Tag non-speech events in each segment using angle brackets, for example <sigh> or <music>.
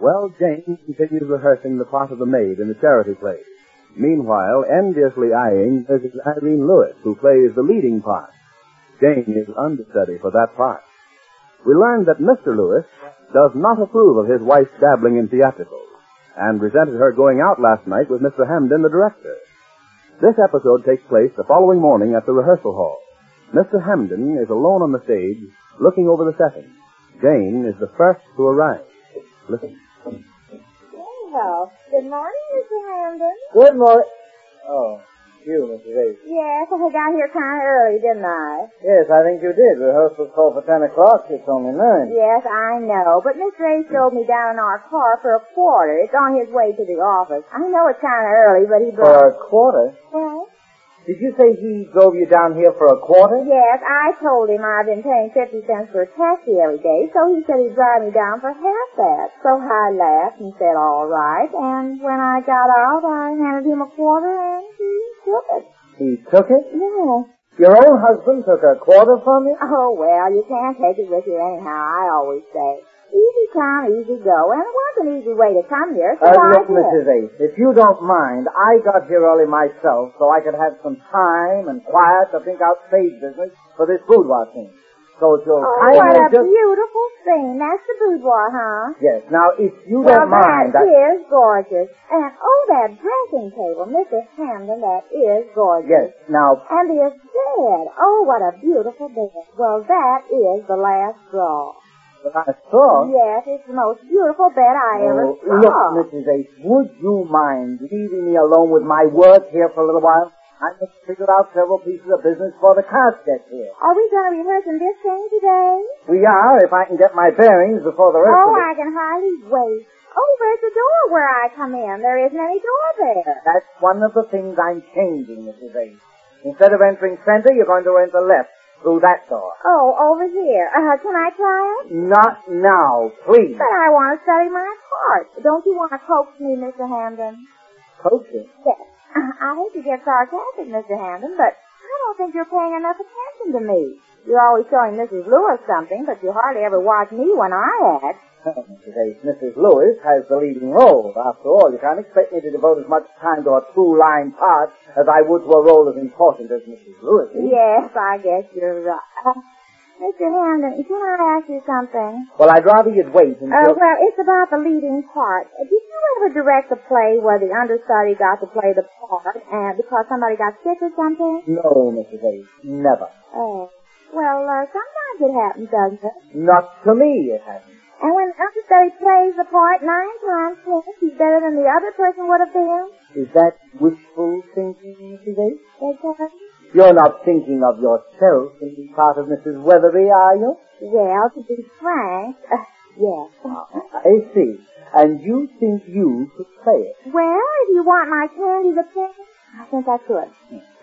Well, Jane continued rehearsing the part of the maid in the charity play. Meanwhile, enviously eyeing Mrs. Irene Lewis, who plays the leading part. Jane is understudy for that part. We learned that Mr. Lewis does not approve of his wife's dabbling in theatricals, and resented her going out last night with Mr. Hamden, the director. This episode takes place the following morning at the rehearsal hall. Mr. Hamden is alone on the stage, looking over the setting. Jane is the first to arrive. Listen. Anyhow, good morning, Mr. Hamden. Good morning. Oh, you, Mrs. Avery. Yes, I got here kind of early, didn't I? Yes, I think you did. Rehearsal called for 10 o'clock. It's only 9. Yes, I know, but Miss Ray showed me down in our car for a quarter. It's on his way to the office. I know it's kind of early, but he For brought... a quarter? Well, Did you say he drove you down here for a quarter? yes, I told him I've been paying 50 cents for a taxi every day, so he said he'd drive me down for half that. So I laughed and said, all right, and when I got out, I handed him a quarter and he took it. He took it? Yeah. Your own husband took a quarter from you? Oh, well, you can't take it with you anyhow, I always say. Easy come, easy go, and it was an easy way to come here, Uh, so I look, did. Mrs. Ace, if you don't mind, I got here early myself so I could have some time and quiet to think out stage business for this boudoir thing. So if you'll Oh, what kindly a just... beautiful thing. That's the boudoir, huh? Yes, now if you well, don't mind... that I- is gorgeous. And oh, that dressing table, Mr. Hamlin, that is gorgeous. Yes, now And this bed. Oh, what a beautiful bed. Well, that is the last straw. But I saw. Yes, it's the most beautiful bed I ever Oh, saw. look, Mrs. Ace, would you mind leaving me alone with my work here for a little while? I just figured out several pieces of business for the cast gets here. Are we going to rehearse in this thing today? We are, if I can get my bearings before the rest Oh, of I can hardly wait. Oh, there's the door where I come in. There isn't any door it. there. That's one of the things I'm changing, Mrs. Ace. Instead of entering center, you're going to enter left through that door. Mm. Oh, over here. Uh, can I try it? Not now, please. But I want to study my part. Don't you want to coax me, Mr. Hamden? Coaching. Yes. Uh, I hate to get sarcastic, Mr. Hamden, but I don't think you're paying enough attention to me. You're always showing Mrs. Lewis something, but you hardly ever watch me when I act. Mrs. Ace, Mrs. Lewis has the leading role. After all, you can't expect me to devote as much time to a true line part as I would to a role as important as Mrs. Lewis. Yes, I guess you're right. Uh, Mr. Hamden, can I ask you something? Well, I'd rather you'd wait Uh, until... well, it's about the leading part. Uh, Did you ever direct a play where the understudy got to play the part and because somebody got sick or something? No, Mrs. Ace, never. Oh. Well, uh, sometimes it happens, doesn't it? Not to me, it hasn't. And when the understudy plays the part nine times ten, he's better than the other person would have been. Is that wishful thinking, Mrs. Ace? Because, You're not thinking of yourself in the part of Mrs. Weatherby, are you? well, to be frank, uh, yes. I see. And you think you could play it. Well, if you want my candy to pick, I think I could.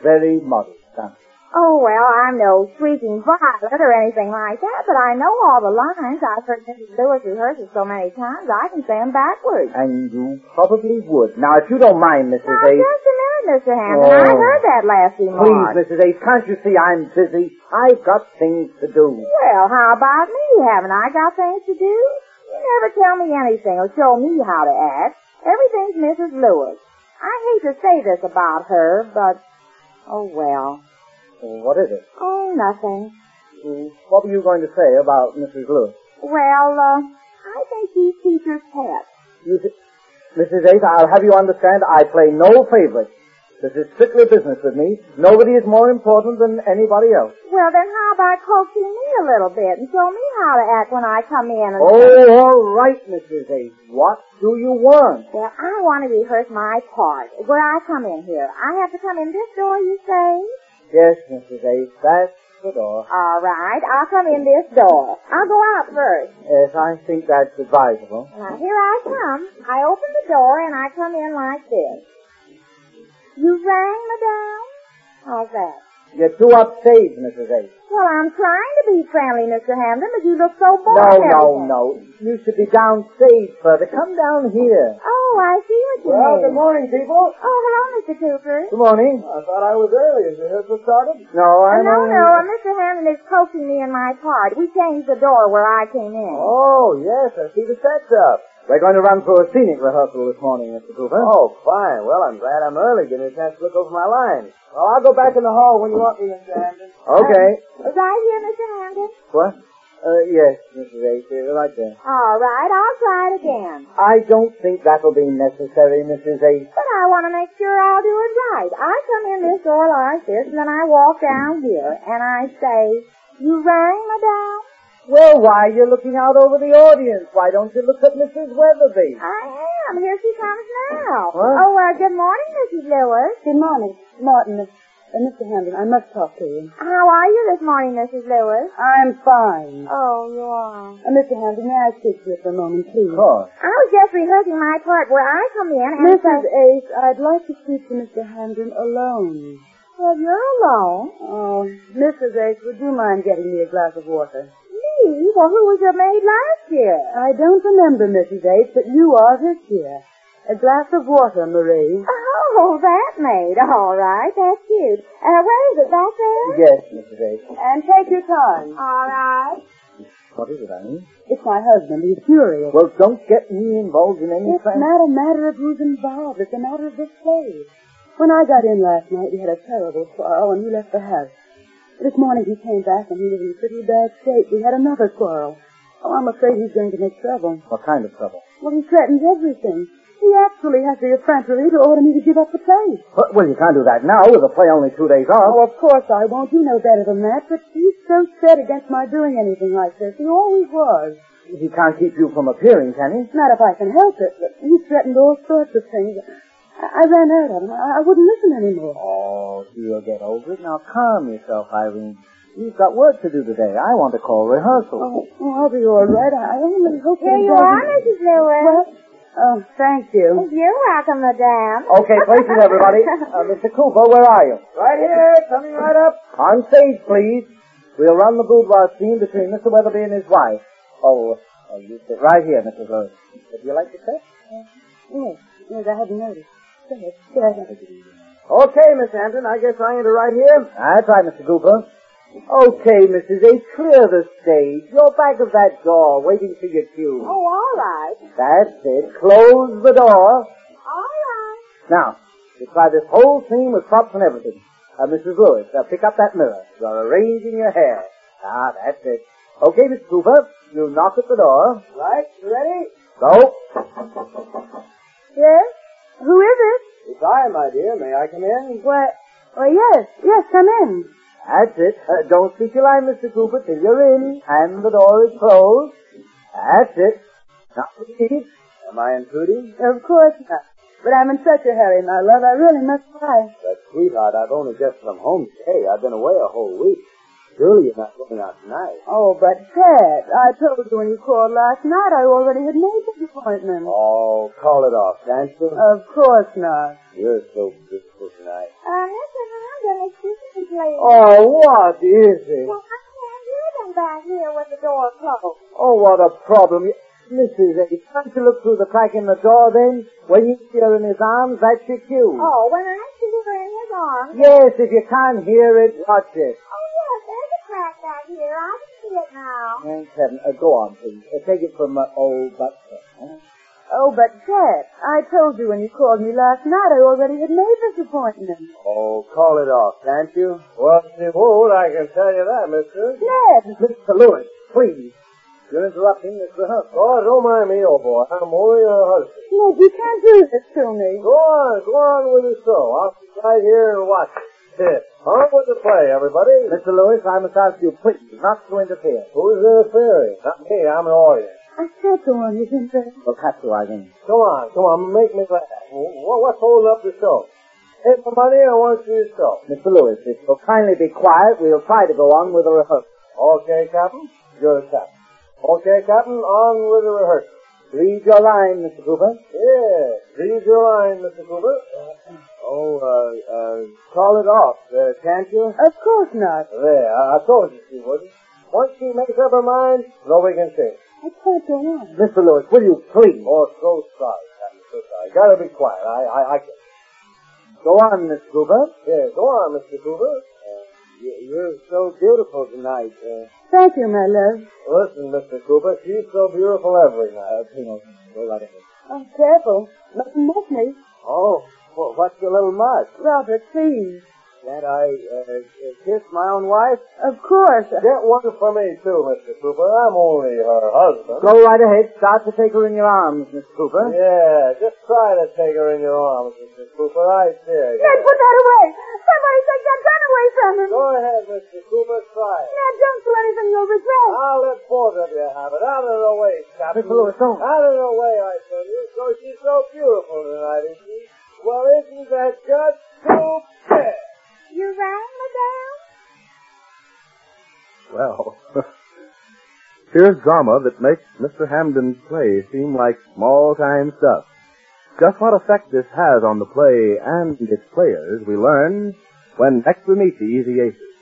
Very modest, huh? Oh, well, I'm no freaking violet or anything like that, but I know all the lines. I've heard Mrs. Lewis rehearse it so many times, I can say them backwards. And you probably would. Now, if you don't mind, Now, Mrs. Ace... just a minute, Mr. Hampton. Oh. I heard that last Please, remark. Mrs. Ace, can't you see I'm busy? I've got things to do. Well, how about me? Haven't I got things to do? You never tell me anything or show me how to act. Everything's Mrs. Lewis. I hate to say this about her, but Oh, well. Well, what is it? Oh, nothing. Hmm, What were you going to say about Mrs. Lewis? Well, uh, I think he's teacher's pet. You th- Mrs. Ace, I'll have you understand I play no favorites. This is strictly business with me. Nobody is more important than anybody else. Well, then how about coaxing me a little bit and show me how to act when I come in and... Oh, all right, Mrs. Ace. What do you want? Well, I want to rehearse my part where I come in here. I have to come in this door, you say? Yes, Mrs. Ace, that's the door. All right, I'll come in this door. I'll go out first. Yes, I think that's advisable. Now here I come. I open the door and I come in like this. You rang, madame? How's that? You're too upstage, Mrs. Ace. Well, I'm trying to be friendly, Mr. Hamlin, but you look so bored. No, and no, everything. no. You should be downstage further. Come down here. Oh, I see what you mean. morning, people. Oh, hello, Mr. Cooper. Good morning. I thought I was early. Is rehearsal started? No, Oh, I'm no, only- no, Mr. Hamlin is coaxing me in my part. We changed the door where I came in. Oh, yes, I see the set's up. We're going to run through a scenic rehearsal this morning, Mr. Cooper. Oh, fine. Well, I'm glad I'm early. Give me a chance to look over my lines. Well, I'll go back in the hall when you want me, Mr. Hamden. Okay. Right Um, here, Mr. Hamlin. What? Uh, yes, Mrs. Ace, uh, right there. All right, I'll try it again. I don't think that'll be necessary, Mrs. Ace. But I want to make sure I'll do it right. I come in this door like this, and then I walk down here, and I say, you rang, madame? Well, why, you're looking out over the audience. Why don't you look at Mrs. Weatherby? I am. Here she comes now. What? Oh, uh, good morning, Mrs. Lewis. Good morning, Martin. Uh, Mr. Hamlin, I must talk to you. How are you this morning, Mrs. Lewis? I'm fine. Oh, you are. Uh, Mr. Hamlin, may I speak to you for a moment, please? course. I was just rehearsing my part where I come in and Mrs. say, Ace, I'd like to speak to Mr. Hamlin alone. well, you're alone. Oh, Mrs. Ace, would you mind getting me a glass of water? Me? Well, who was your maid last year? I don't remember, Mrs. Ace, but you are this year. A glass of water, Marie. Oh, that maid. All right, that's cute. Uh, where is it? Back there? Yes, Mrs. Ace. And take your time. All right. What is it, I mean? It's my husband. He's furious. Well, don't get me involved in any It's not a matter of who's involved. It's a matter of this play. When I got in last night, we had a terrible quarrel, and he left the house. This morning he came back, and he was in pretty bad shape. We had another quarrel. Oh, I'm afraid he's going to make trouble. What kind of trouble? Well, he threatens everything. He actually has the effrontery to order me to give up the play. Well, well, you can't do that now with a play only two days Oh, off. of course I won't. You know better than that. But he's so set against my doing anything like this. He always was. He can't keep you from appearing, can Not if I can help it, but he threatened all sorts of things. I, I ran out of him. I, I wouldn't listen he? anymore. Oh, you'll get over it. Now calm yourself, Irene. You've got work to do today. I want to call rehearsal. Oh, oh, I'll be all right. I I only hope Here he you doesn't- are, Mrs. Lewis. Oh, thank you. You're welcome, madame. <laughs> Okay, places, everybody. Uh, Mr. Cooper, where are you? Right here, coming right up. On stage, please. We'll run the boudoir scene between Mr. Weatherby and his wife. Oh, uh, you sit right here, Mrs. Rose. Would you like to sit? Yes, yes, I hadn't noticed. Go ahead. Yes. Okay, Miss Hampton, I guess I enter right here. That's right, Mr. Cooper. Okay, Mrs. A, clear the stage. You're back of that door, waiting for your cue. Oh, all right. That's it. Close the door. All right. Now, you try this whole scene with props and everything. Uh, Mrs. Lewis, uh, pick up that mirror. You're arranging your hair. Ah, that's it. Okay, Mr. Cooper, you knock at the door. Right, you ready? Go. Yes? Who is it? It's I, my dear. May I come in? Why, why, yes, yes, come in. That's it. Uh, don't speak your line, Mr. Cooper, till you're in, and the door is closed. That's it. Now, please. Am I intruding? Of course not. But I'm in such a hurry, my love, I really must fly. But, sweetheart, I've only just come home today. I've been away a whole week. Surely you're not going out tonight. Oh, but Ted, I told you when you called last night I already had made this appointment. Oh, call it off, Dancer. Of course not. You're so beautiful tonight. Uh, Mr. Hamlin, excuse me, please. Oh, what is it? Well, I can't hear them back here with the door closed. Oh, what a problem. Mrs. A, can't you look through the crack in the door then? When you see her in his arms, that's your cue. Oh, when I see her in his arms. Yes, if you can't hear it, watch it. Oh, yes, there's a crack back here. I can see it now. Thank heaven. Uh, go on, please. Uh, take it from uh, old Buster. Huh? Oh, but Ted, I told you when you called me last night I already had made this appointment. Oh, call it off, can't you? Well, it won't, I can tell you that, mister. Ned! Mr. Lewis, please. You're interrupting Mr. Huff. <laughs> Oh, don't mind me, old boy. I'm only your husband. Ned, you can't do this to me. Go on, go on with the show. I'll sit right here and watch it. On with the play, everybody. Mr. Lewis, I must ask you, please, not to interfere. Who's interfering? Not me, I'm an audience. I said go on, you didn't say. Well, have to, I think. Come on, come on, make me laugh. Wha- What's holding up the show? Everybody, I want you to show. Mr. Lewis, if you'll kindly be quiet, we'll try to go on with the rehearsal. Okay, Captain. You're the captain. Okay, Captain, on with the rehearsal. Read your line, Mr. Cooper. Yeah, read your line, Mr. Cooper. Oh, uh, uh, call it off, uh, can't you? Of course not. There, I, I told you she wouldn't. Once she makes up her mind, nobody can say. I can't go on. Mr. Lewis, will you please? Oh, so sorry, Captain, so sorry. Gotta be quiet. I, I, I can. Go on, Miss Cooper. Yeah, go on, Mr. Cooper. Uh, you- you're so beautiful tonight. Uh, Thank you, my love. listen, Mr. Cooper, she's so beautiful every night. Uh, you know, go right ahead. Oh, careful. Nothing miss me. Oh, well, what's your little mark? Robert, please. That I uh, kiss my own wife? Of course. Get one for me, too, Mr. Cooper. I'm only her husband. Go right ahead. Start to take her in your arms, Miss Cooper. Yeah, just try to take her in your arms, Mr. Cooper. I dare you. Ned, put that away. Somebody take that gun away from him. Go ahead, Mr. Cooper. Try it. Ned, don't do anything you'll regret. I'll let both of you have it. Out of the way, Captain. Mr. Lewis, don't. Out of the way, I tell you. So she's so beautiful tonight, is she? Well, isn't that just too bad? You rang, madame? Well, <laughs> here's drama that makes Mr. Hamden's play seem like small-time stuff. Just what effect this has on the E play and its players, we learn when next we meet the Easy Aces.